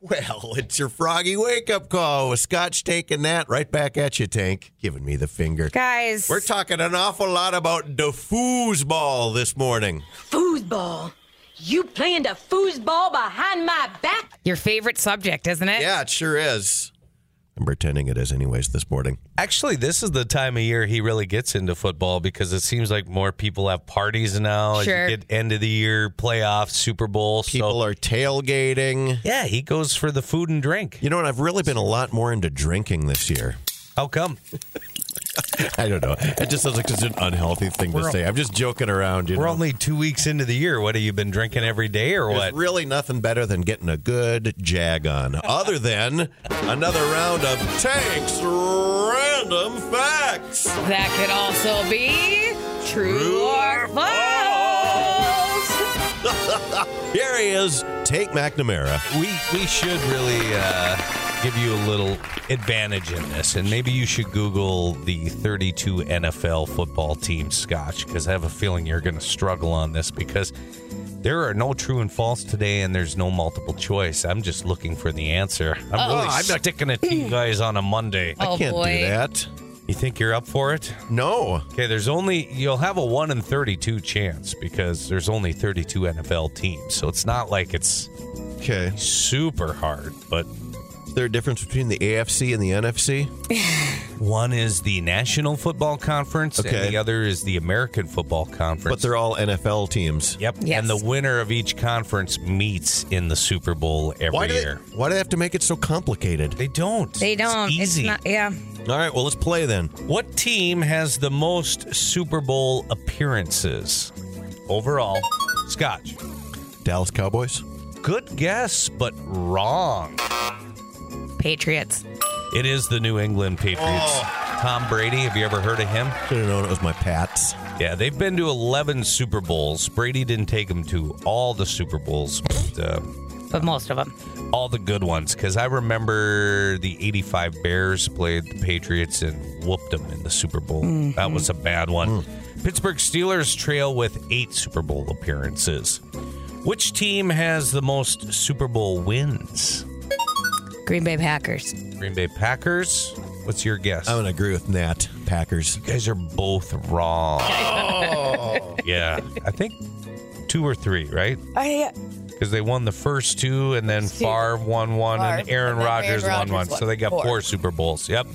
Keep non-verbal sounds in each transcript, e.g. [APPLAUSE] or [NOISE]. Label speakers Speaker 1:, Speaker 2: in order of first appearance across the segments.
Speaker 1: Well, [LAUGHS] it's your froggy wake up call with Scotch taking that right back at you, Tank, giving me the finger.
Speaker 2: Guys,
Speaker 1: We're talking an awful lot about the foosball this morning.
Speaker 3: Foosball. You playing the foosball behind my back? [LAUGHS]
Speaker 2: your favorite subject, isn't it?
Speaker 1: Yeah, it sure is. I'm pretending it is, anyways, this morning.
Speaker 4: Actually, this is the time of year he really gets into football because it seems like more people have parties now. As you
Speaker 2: Sure.
Speaker 4: get end of the year playoffs, Super Bowl.
Speaker 1: People
Speaker 4: so,
Speaker 1: are tailgating.
Speaker 4: yeah, he goes for the food and drink.
Speaker 1: You know what? I've really been a lot more into drinking this year. [LAUGHS]
Speaker 4: How come?
Speaker 1: I don't know. It just sounds like it's an unhealthy thing to
Speaker 4: We're-
Speaker 1: say. I'm just joking around. You
Speaker 4: We're
Speaker 1: know?
Speaker 4: only two weeks into the year. What have you been drinking every day or
Speaker 1: There's
Speaker 4: what?
Speaker 1: really nothing better than getting a good jag on,
Speaker 4: [LAUGHS]
Speaker 1: other than another round of Tank's Random Facts.
Speaker 2: That could also be true, or false.
Speaker 1: Here he is, Tank McNamara.
Speaker 4: we we should really uh, give you a little advantage in this, and maybe you should Google the 32 NFL football team Scotch because I have a feeling you're going to struggle on this because there are no true and false today, and there's no multiple choice. I'm just looking for the answer. I'm really
Speaker 1: I'm not-
Speaker 4: sticking it to you guys on a Monday.
Speaker 2: Oh,
Speaker 1: Hmm. I can't
Speaker 2: boy.
Speaker 1: do that.
Speaker 4: You think you're up for it?
Speaker 1: No.
Speaker 4: Okay, there's only you'll have a one in thirty-two chance because there's only thirty-two NFL teams, so it's not like it's
Speaker 1: Okay.
Speaker 4: super hard, but
Speaker 1: Is there a difference between the AFC and the NFC?
Speaker 4: One is the National Football Conference,
Speaker 1: Okay.
Speaker 4: and the other is the American Football Conference.
Speaker 1: But they're all NFL teams.
Speaker 4: yep.
Speaker 2: Yes.
Speaker 4: And the winner of each conference meets in the Super Bowl every
Speaker 1: Why do, they,
Speaker 4: year.
Speaker 1: why do they have to make it so complicated?
Speaker 4: They don't.
Speaker 2: They don't.
Speaker 4: It's easy.
Speaker 2: not. Yeah.
Speaker 1: All right, well, let's play then.
Speaker 4: what team has the most Super Bowl appearances overall? Scotch.
Speaker 1: Dallas Cowboys?
Speaker 4: Good guess, but wrong.
Speaker 2: Patriots.
Speaker 4: It is the New England Patriots.
Speaker 1: Oh.
Speaker 4: Tom Brady. Have you ever heard of him?
Speaker 1: Should have known it was my Pats.
Speaker 4: Yeah, they've been to 11 Super Bowls. Brady didn't take them to all the Super Bowls, but uh,
Speaker 2: But most of them.
Speaker 4: all the good ones. Because I remember the 85 Bears played the Patriots and whooped them in the Super Bowl. That was a bad one. Pittsburgh Steelers trail with eight Super Bowl appearances. Which team has the most Super Bowl wins?
Speaker 2: Green Bay Packers.
Speaker 4: Green Bay Packers? What's your guess?
Speaker 1: I'm going to agree with Nat. Packers.
Speaker 4: You guys are both wrong.
Speaker 1: Oh.
Speaker 4: yeah. I think two or three, right?
Speaker 5: I
Speaker 4: Because they won the first two, and then Favre won one, and
Speaker 5: Favre,
Speaker 4: Aaron
Speaker 5: and then Aaron
Speaker 4: Rodgers won
Speaker 5: Rodgers
Speaker 4: one.
Speaker 5: won
Speaker 4: So they got four.
Speaker 5: four.
Speaker 4: Super Bowls. Yep.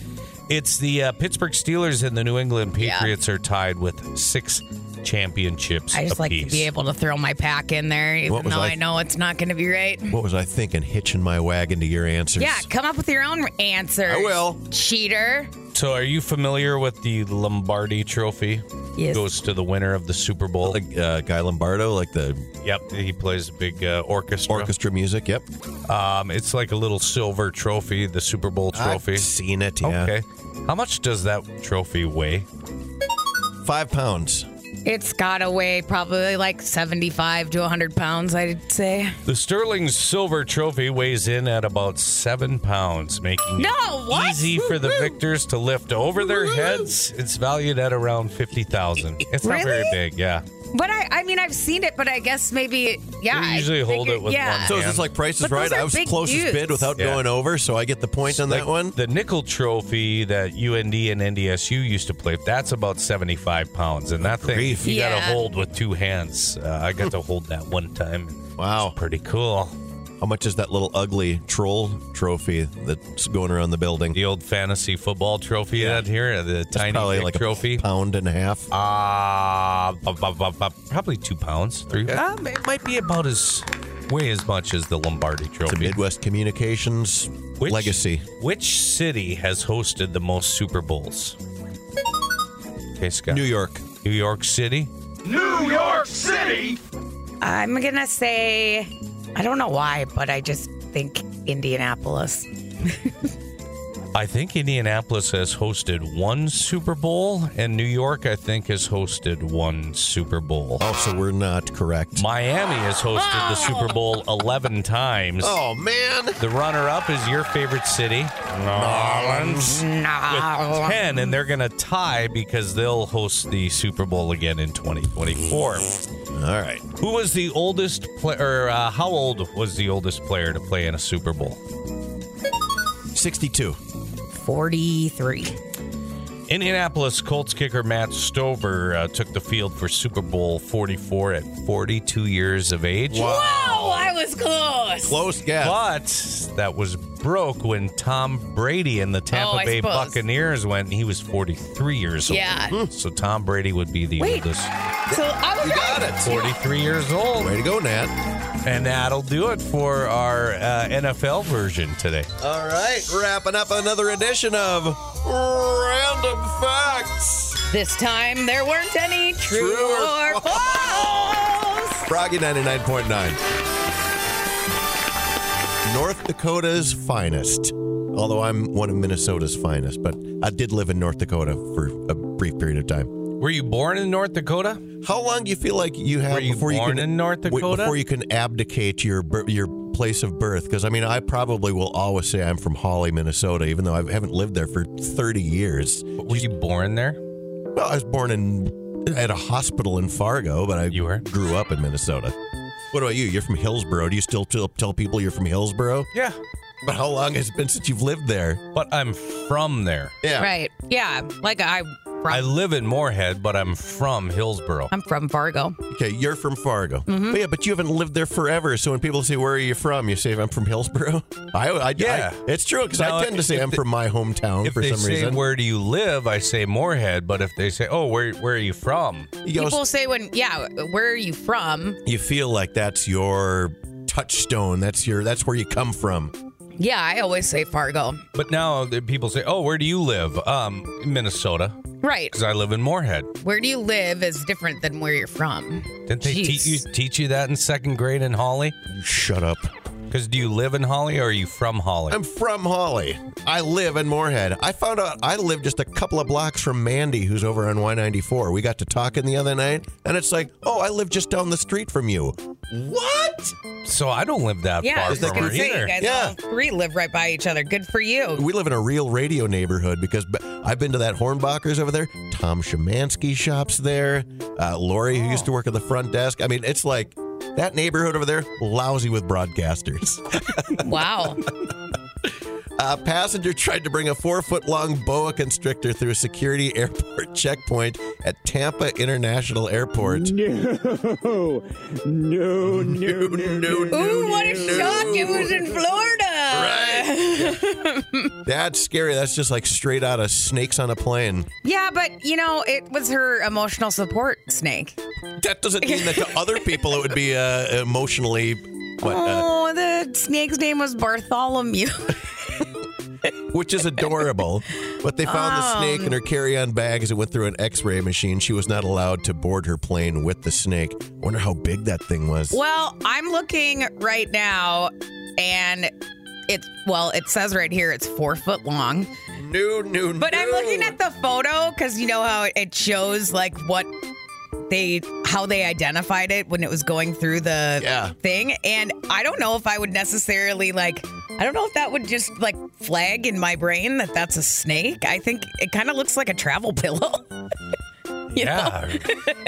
Speaker 4: It's the uh, Pittsburgh Steelers and the New England Patriots are tied with six championships
Speaker 2: I just like to
Speaker 4: apiece.
Speaker 2: be able to throw my pack in there, even
Speaker 1: What was
Speaker 2: though
Speaker 1: I-
Speaker 2: I know it's not going to be right.
Speaker 1: What was I thinking? Hitching my wagon to your answers.
Speaker 2: Yeah, come up with your own answer.
Speaker 1: I will.
Speaker 2: Cheater.
Speaker 4: so, are you familiar with the Lombardi Trophy?
Speaker 2: Yes.
Speaker 4: Goes to the winner of the Super Bowl.
Speaker 1: Like uh, Guy Lombardo, like the
Speaker 4: yep, he plays a big uh, orchestra.
Speaker 1: orchestra music. Yep.
Speaker 4: Um, it's like a little silver trophy, the Super Bowl trophy.
Speaker 1: I've seen it. Yeah.
Speaker 4: Okay. How much does that trophy weigh?
Speaker 1: Five pounds.
Speaker 2: It's got to weigh probably like 75 to 100 pounds, I'd say.
Speaker 4: The Sterling Silver Trophy weighs in at about seven pounds, making
Speaker 2: No,
Speaker 4: it
Speaker 2: what?
Speaker 4: easy for the victors to lift over their heads. It's valued at around fifty thousand. It's not very
Speaker 2: Really?
Speaker 4: big, yeah.
Speaker 2: But I, I mean, I've seen it, but I guess maybe, yeah.
Speaker 4: They
Speaker 2: I
Speaker 4: usually hold
Speaker 2: figured-
Speaker 4: it with
Speaker 2: yeah.
Speaker 4: one
Speaker 1: So it's
Speaker 4: Man.
Speaker 1: just like Price is
Speaker 2: But
Speaker 1: Right.
Speaker 2: those are
Speaker 1: I was
Speaker 2: big
Speaker 1: closest
Speaker 2: dudes.
Speaker 1: bid without
Speaker 4: Yeah.
Speaker 1: going over, so I get the point on
Speaker 4: Like
Speaker 1: that one.
Speaker 4: The nickel trophy that UND and NDSU used to play, that's about 75 pounds. And that thing,
Speaker 1: Grief.
Speaker 4: you got to
Speaker 2: Yeah.
Speaker 4: hold with two hands. Uh, I got to hold that one time.
Speaker 1: Wow.
Speaker 4: Pretty cool.
Speaker 1: How much is that little ugly troll trophy that's going around the building?
Speaker 4: The old fantasy football trophy out here, the
Speaker 1: It's
Speaker 4: tiny
Speaker 1: probably
Speaker 4: dick
Speaker 1: like
Speaker 4: trophy.
Speaker 1: a pound and a half.
Speaker 4: Uh, bu- bu- bu- bu- probably two pounds, three. Um, it might be about as way as much as the Lombardi
Speaker 1: The
Speaker 4: Trophy.
Speaker 1: Midwest Communications
Speaker 4: Which-
Speaker 1: legacy.
Speaker 4: Which city has hosted the most Super Bowls? Okay, Scott.
Speaker 1: New York.
Speaker 4: New York City.
Speaker 2: I'm going to say, I don't know why, but I just think Indianapolis.
Speaker 4: I think Indianapolis has hosted one Super Bowl, and New York, I think, has hosted one Super Bowl.
Speaker 1: Oh, so we're not correct.
Speaker 4: Miami has hosted the Super
Speaker 1: [LAUGHS]
Speaker 4: Bowl 11 times.
Speaker 1: Oh, man.
Speaker 4: The runner up is your favorite city, New Orleans, with 10, and they're going to tie because they'll host the Super Bowl again in 2024.
Speaker 1: All right.
Speaker 4: Who was the oldest player? Uh, how old was the oldest player to play in a Super Bowl?
Speaker 1: 62.
Speaker 2: 43.
Speaker 4: Indianapolis Colts kicker Matt Stover uh, took the field for Super Bowl 44 at 42 years of age.
Speaker 2: Oh, I was close.
Speaker 1: Close guess.
Speaker 4: But that was broke when Tom Brady and the
Speaker 2: Oh,
Speaker 4: Tampa
Speaker 2: I
Speaker 4: Bay
Speaker 2: suppose.
Speaker 4: Buccaneers went. and He was 43 years
Speaker 2: Yeah.
Speaker 4: old. So Tom Brady would be the
Speaker 2: Wait.
Speaker 4: oldest.
Speaker 2: So I was
Speaker 1: You
Speaker 2: right.
Speaker 1: got it.
Speaker 4: 43 years old.
Speaker 1: Way to go, Nat.
Speaker 4: And that'll do it for our uh, NFL version today.
Speaker 1: All right. Wrapping up another edition of Random Facts.
Speaker 2: This time there weren't any true,
Speaker 1: True or
Speaker 2: or false.
Speaker 1: Froggy 99.9. North Dakota's finest. Although I'm one of Minnesota's finest, but I did live in North Dakota for a brief period of time.
Speaker 4: Were you born in North Dakota?
Speaker 1: How long do you feel like you have
Speaker 4: Were you
Speaker 1: before
Speaker 4: born
Speaker 1: you can
Speaker 4: in North
Speaker 1: wait,
Speaker 4: Dakota?
Speaker 1: before you can abdicate your bir- your place of birth? Because I mean, I probably will always say I'm from Holly, Minnesota, even though I haven't lived there for 30 years.
Speaker 4: Were you born there?
Speaker 1: Well, I was born in at a hospital in Fargo, but I
Speaker 4: You were?
Speaker 1: grew up in Minnesota. What about you? You're from Hillsboro. Do you still tell, tell people you're from Hillsboro?
Speaker 4: Yeah.
Speaker 1: But how long has it been since you've lived there?
Speaker 4: But I'm from there.
Speaker 1: Yeah.
Speaker 2: Right. Yeah. Like I,
Speaker 4: I live in Moorhead, but I'm from Hillsboro.
Speaker 2: I'm from Fargo.
Speaker 1: Okay, you're from Fargo.
Speaker 2: Mm-hmm.
Speaker 1: But yeah, but you haven't lived there forever. So when people say, "Where are you from?" you say, "I'm from Hillsboro." [LAUGHS] I, I
Speaker 4: Yeah.
Speaker 1: I- it's true because
Speaker 4: Now,
Speaker 1: I tend to say
Speaker 4: if
Speaker 1: I'm
Speaker 4: they-
Speaker 1: from my hometown
Speaker 4: if
Speaker 1: for
Speaker 4: they
Speaker 1: some
Speaker 4: say
Speaker 1: reason.
Speaker 4: where do you live, I say Moorhead. But if they say, oh, where where are you from?
Speaker 1: you, go,
Speaker 2: People say when, yeah, where are you from?
Speaker 1: you feel like that's your touchstone. That's your. That's where you come from.
Speaker 2: Yeah, I always say Fargo.
Speaker 4: But now the people say, oh, where do you live? Um, Minnesota,
Speaker 2: Right.
Speaker 4: because I live in Moorhead.
Speaker 2: Where do you live is different than where you're from.
Speaker 4: Didn't they
Speaker 2: Jeez.
Speaker 4: teach you teach you that in second grade in Holly?
Speaker 1: Shut up.
Speaker 4: Because do you live in Holly or are you from Holly?
Speaker 1: I'm from Holly. I live in Moorhead. I found out I live just a couple of blocks from Mandy, who's over on Y94. We got to talking the other night, and it's like, oh, I live just down the street from you. What?
Speaker 4: so I don't live that
Speaker 2: Yeah, I
Speaker 4: far
Speaker 2: was just
Speaker 4: from her
Speaker 2: gonna say,
Speaker 4: either.
Speaker 2: you guys
Speaker 1: Yeah.
Speaker 2: all three live right by each other. Good
Speaker 1: [LAUGHS]
Speaker 2: for you.
Speaker 1: We live in a real radio neighborhood because b- I've been to that Hornbacher's over there. Tom Shemansky shops there. Uh, Lori, who used to work at the front desk. I mean, it's like that neighborhood over there, lousy with broadcasters.
Speaker 2: Wow.
Speaker 1: A passenger tried to bring a four foot long boa constrictor through a security [LAUGHS] airport checkpoint at Tampa International Airport.
Speaker 5: No, [LAUGHS] no, no, no, no, no.
Speaker 2: Ooh, what a shock. It was in Florida.
Speaker 1: That's scary. That's just like straight out of snakes on a plane.
Speaker 2: [LAUGHS] Yeah, but you know, it was her emotional support snake.
Speaker 1: That doesn't mean
Speaker 2: [LAUGHS]
Speaker 1: that to other people it would be uh, emotionally. What, uh,
Speaker 2: Oh, the snake's name was Bartholomew. [LAUGHS]
Speaker 1: which is adorable. But they found
Speaker 2: Um.
Speaker 1: the snake in her carry on bag as it went through an x ray machine. She was not allowed to board her plane with the snake. I wonder how big that thing was.
Speaker 2: well, I'm looking right now and it's well, it says right here it's four foot long.
Speaker 1: No, no,
Speaker 2: But I'm looking at the photo because you know how it shows like what they how they identified it when it was going through the
Speaker 1: Yeah.
Speaker 2: thing. And I don't know if I would necessarily like I don't know if that would just like flag in my brain that that's a snake. I think it kind of looks like a travel [LAUGHS] pillow. you
Speaker 4: yeah.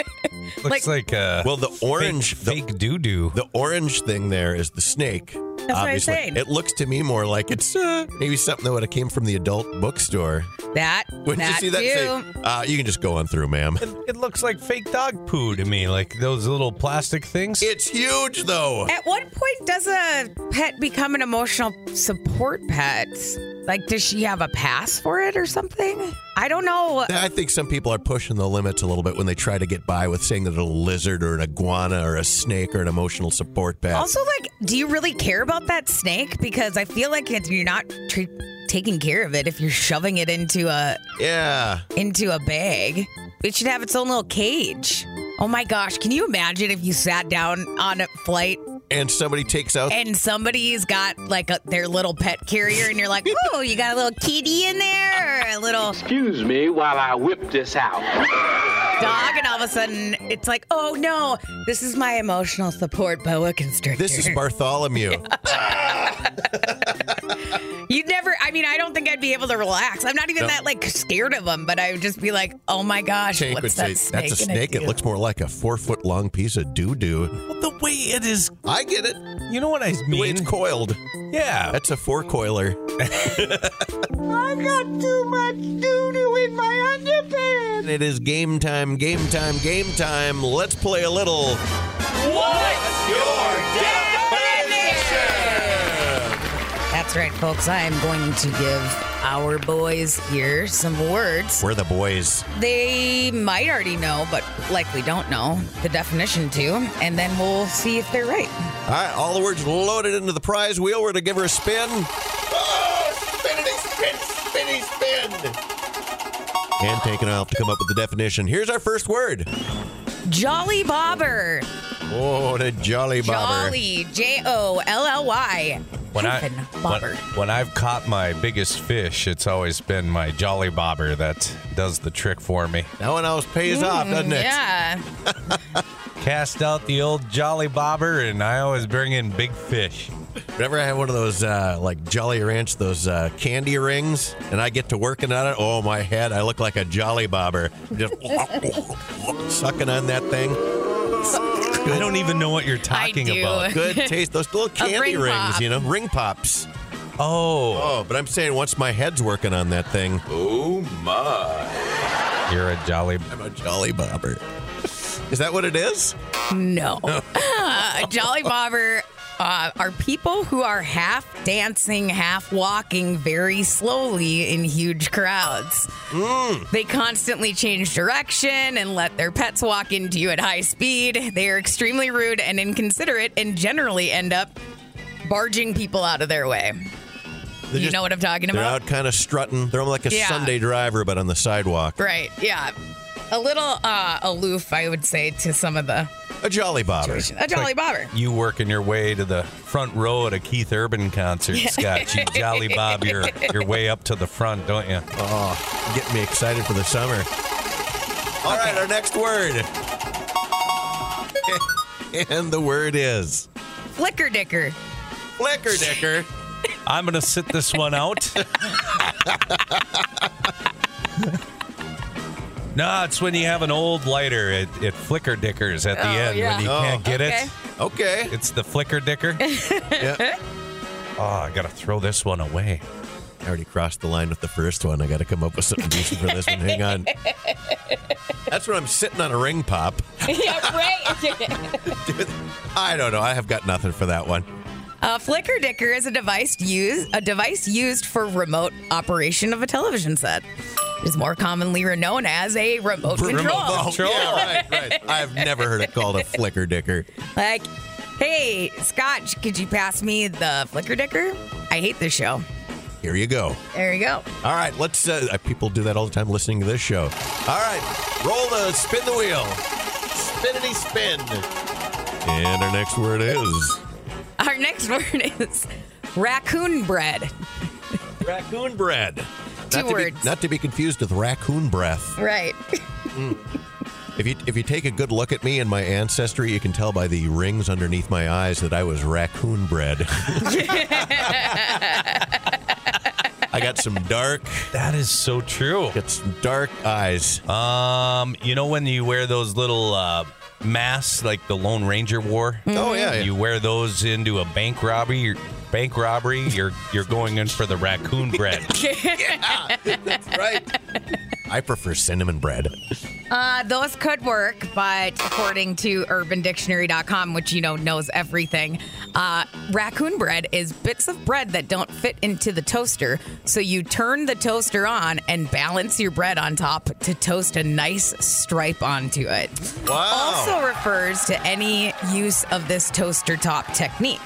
Speaker 2: [LAUGHS]
Speaker 4: Looks like, uh,
Speaker 1: Well, the orange. the-
Speaker 4: fake doo doo.
Speaker 1: The orange thing there is the snake. That's
Speaker 2: what I'm saying.
Speaker 1: It looks to me more like it's uh, maybe something that would have came from the adult bookstore.
Speaker 2: know? That
Speaker 1: When you
Speaker 2: that
Speaker 1: see that,
Speaker 2: too.
Speaker 1: say, uh, you can just go on through, ma'am.
Speaker 4: It looks like fake dog poo to me, like those little plastic things.
Speaker 1: It's huge, though.
Speaker 2: At what point does a pet become an emotional support pet? Like, does she have a pass for it or something? I don't know.
Speaker 1: I think some people are pushing the limits a little bit when they try to get by with saying that a lizard or an iguana or a snake or an emotional support pet.
Speaker 2: Also, like, do you really care about that snake? Because I feel like it's, you're not tre- taking care of it if you're shoving it into a
Speaker 1: yeah.
Speaker 2: into a bag. It should have its own little cage. Oh my gosh! Can you imagine if you sat down on a flight
Speaker 1: and somebody takes out
Speaker 2: and somebody's got like a, their little pet carrier, and
Speaker 6: [LAUGHS]
Speaker 2: you're like, oh, you got a little kitty in there, or a little
Speaker 6: Excuse me while I whip this out.
Speaker 2: dog, and all of a sudden it's like, oh no, this is my emotional support boa constrictor.
Speaker 1: this is
Speaker 2: [LAUGHS]
Speaker 1: Bartholomew.
Speaker 2: You'd never. I mean, I don't think I'd be able to relax. I'm not even that like scared of them, but I would just be like, oh my gosh,
Speaker 1: Tank would
Speaker 2: what's
Speaker 1: say,
Speaker 2: that snake?
Speaker 1: That's a
Speaker 2: gonna
Speaker 1: snake. It
Speaker 2: do?"
Speaker 1: looks more like a four foot long piece of doo doo.
Speaker 4: Well, the way it is,
Speaker 1: I get it.
Speaker 4: you know what I
Speaker 1: The way it's
Speaker 4: mean?
Speaker 1: coiled.
Speaker 4: Yeah,
Speaker 1: That's a four [LAUGHS] coiler. I got too much doo doo in my underpants. It is game time, game time, game time. Let's play a little.
Speaker 2: That's right, folks. I am going to give our boys here some words
Speaker 1: We're the boys.
Speaker 2: they might already know, but likely don't know the definition to, and then we'll see if they're right.
Speaker 1: All right, all the words loaded into the prize wheel. We're to give her a spin. Oh, spinny, spin, spinny, spin. And taking off to come up with the definition. Here's our first word.
Speaker 2: Jolly Bobber.
Speaker 1: Oh, the jolly bobber.
Speaker 2: Jolly. J O L L Y.
Speaker 4: when I
Speaker 2: Hyphen
Speaker 4: when,
Speaker 2: Bobber.
Speaker 4: when I've caught my biggest fish, it's always been my jolly bobber that does the trick for me.
Speaker 1: That one always pays off, doesn't it?
Speaker 2: Mm, Yeah.
Speaker 4: Cast out the old jolly bobber, and I always bring in big fish.
Speaker 1: Whenever I have one of those uh, like Jolly Ranch, those uh, candy rings, and I get to working on it, oh my head, I look like a Jolly Bobber, just [LAUGHS] sucking on that thing.
Speaker 4: I don't even know what you're talking
Speaker 2: do.
Speaker 4: about.
Speaker 2: [LAUGHS]
Speaker 1: Good taste. Those little candy
Speaker 2: ring
Speaker 1: rings,
Speaker 2: pop.
Speaker 1: you know, ring pops.
Speaker 4: [LAUGHS] Oh,
Speaker 1: Oh, but I'm saying once my head's working on that thing, oh,
Speaker 4: you're a jolly.
Speaker 1: I'm a Jolly Bobber. [LAUGHS] Is that what it is? [LAUGHS]
Speaker 2: No. [LAUGHS] Uh, Jolly Bobber uh, are people who are half dancing, half walking very slowly in huge crowds.
Speaker 1: Mm.
Speaker 2: They constantly change direction and let their pets walk into you at high speed. They are extremely rude and inconsiderate and generally end up barging people out of their way.
Speaker 1: They're
Speaker 2: you
Speaker 1: just-
Speaker 2: know what I'm talking
Speaker 1: They're
Speaker 2: about?
Speaker 1: out kind of strutting. They're like a
Speaker 2: Yeah.
Speaker 1: Sunday driver, but on the sidewalk.
Speaker 2: Right. Yeah. A little uh, aloof, I would say, to some of the.
Speaker 1: A Jolly Bobber.
Speaker 2: A Jolly Bobber.
Speaker 4: You working your way to the front row at a Keith Urban concert, Scott. You jolly bob your your way up to the front, don't you?
Speaker 1: Getting me excited for the summer. All right, our next word. [LAUGHS] and the word is
Speaker 2: Flicker Dicker.
Speaker 1: flicker dicker.
Speaker 4: I'm gonna sit this one out. [LAUGHS] no, it's when you have an old lighter, it, it flicker dickers at the
Speaker 2: Oh,
Speaker 4: end
Speaker 2: yeah.
Speaker 4: when you
Speaker 1: Oh.
Speaker 4: can't get
Speaker 2: Okay.
Speaker 4: it.
Speaker 1: Okay.
Speaker 4: It's the
Speaker 2: [LAUGHS]
Speaker 4: flicker dicker.
Speaker 1: Yeah.
Speaker 4: Oh, I gotta throw this one away.
Speaker 1: I already crossed the line with the first one. I got to come up with something decent for this one. Hang on. That's when I'm sitting on a ring pop.
Speaker 2: yeah, right.
Speaker 3: [LAUGHS]
Speaker 1: I don't know. I have got nothing for that one.
Speaker 2: A flicker dicker is a device used a device used for remote operation of a television set. It is more commonly known as a remote, control.
Speaker 1: Oh,
Speaker 4: control.
Speaker 1: Yeah, right, right. I've never heard it called a flicker dicker.
Speaker 2: Like, hey, Scotch, could you pass me the flicker dicker? I hate this show.
Speaker 1: Here you go.
Speaker 2: There you go.
Speaker 1: All right, let's. Uh, uh, people do that all the time listening to this show. All right, roll the spin the wheel. Spinity spin. And our next word is
Speaker 2: Our next [LAUGHS] word is raccoon bread.
Speaker 1: raccoon bread.
Speaker 2: Two
Speaker 1: not to be-
Speaker 2: words.
Speaker 1: not to be confused with raccoon breath.
Speaker 2: Right.
Speaker 1: If you if you take a good look at me and my ancestry, you can tell by the rings underneath my eyes that I was raccoon
Speaker 2: [LAUGHS]
Speaker 1: bred. I got some dark,
Speaker 4: That is so true.
Speaker 1: got some dark eyes.
Speaker 4: Um, you know when you wear those little uh, masks like the Lone Ranger wore?
Speaker 2: Mm-hmm.
Speaker 1: Oh yeah,
Speaker 4: You wear those into a bank robbery. Bank robbery. You're you're going in for the
Speaker 1: [LAUGHS]
Speaker 4: raccoon bread.
Speaker 1: right. I prefer cinnamon bread.
Speaker 2: Uh, those could work, but according to UrbanDictionary.com, which you know knows everything, uh, raccoon bread is bits of bread that don't fit into the toaster. So you turn the toaster on and balance your bread on top to toast a nice stripe onto it.
Speaker 1: Oh.
Speaker 2: Also refers to any use of this toaster top technique.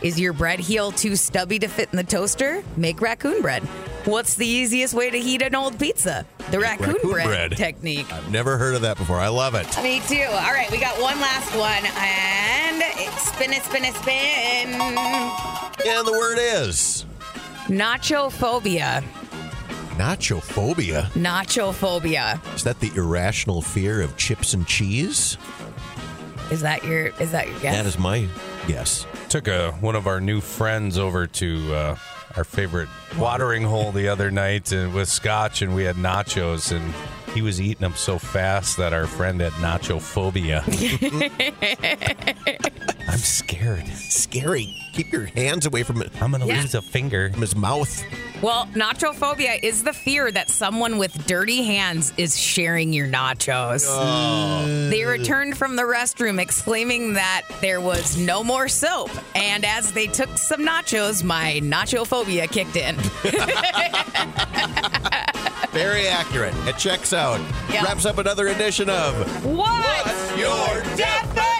Speaker 2: Is your bread heel too stubby to fit in the toaster? Make raccoon bread. What's the easiest way to heat an old pizza? The raccoon,
Speaker 1: raccoon
Speaker 2: bread,
Speaker 1: bread.
Speaker 2: technique.
Speaker 1: I've never heard of that before. I love it.
Speaker 2: Me too. All right, we got one last one, and right, spin it, spin it, spin.
Speaker 1: And the word is
Speaker 2: Nacho phobia.
Speaker 1: nachophobia.
Speaker 2: Nacho phobia.
Speaker 1: Is that the irrational fear of chips and cheese?
Speaker 2: Is that your is that your guess?
Speaker 1: That is my guess.
Speaker 4: Took a, one of our new friends over to uh, our favorite watering hole the other night and with scotch, and we had nachos, and he was eating them so fast that our friend had
Speaker 1: [LAUGHS]
Speaker 4: nacho phobia. I'm scared.
Speaker 1: Scary. Keep your hands away from it.
Speaker 4: I'm going to
Speaker 2: Yeah.
Speaker 4: lose a finger.
Speaker 1: From his mouth.
Speaker 2: well, nacho phobia is the fear that someone with dirty hands is sharing your nachos. They returned from the restroom exclaiming that there was no more soap, and as they took some nachos, my nacho phobia kicked in.
Speaker 1: Very accurate. It checks out.
Speaker 2: Yeah.
Speaker 1: Wraps up another edition of
Speaker 2: What?
Speaker 1: Your Death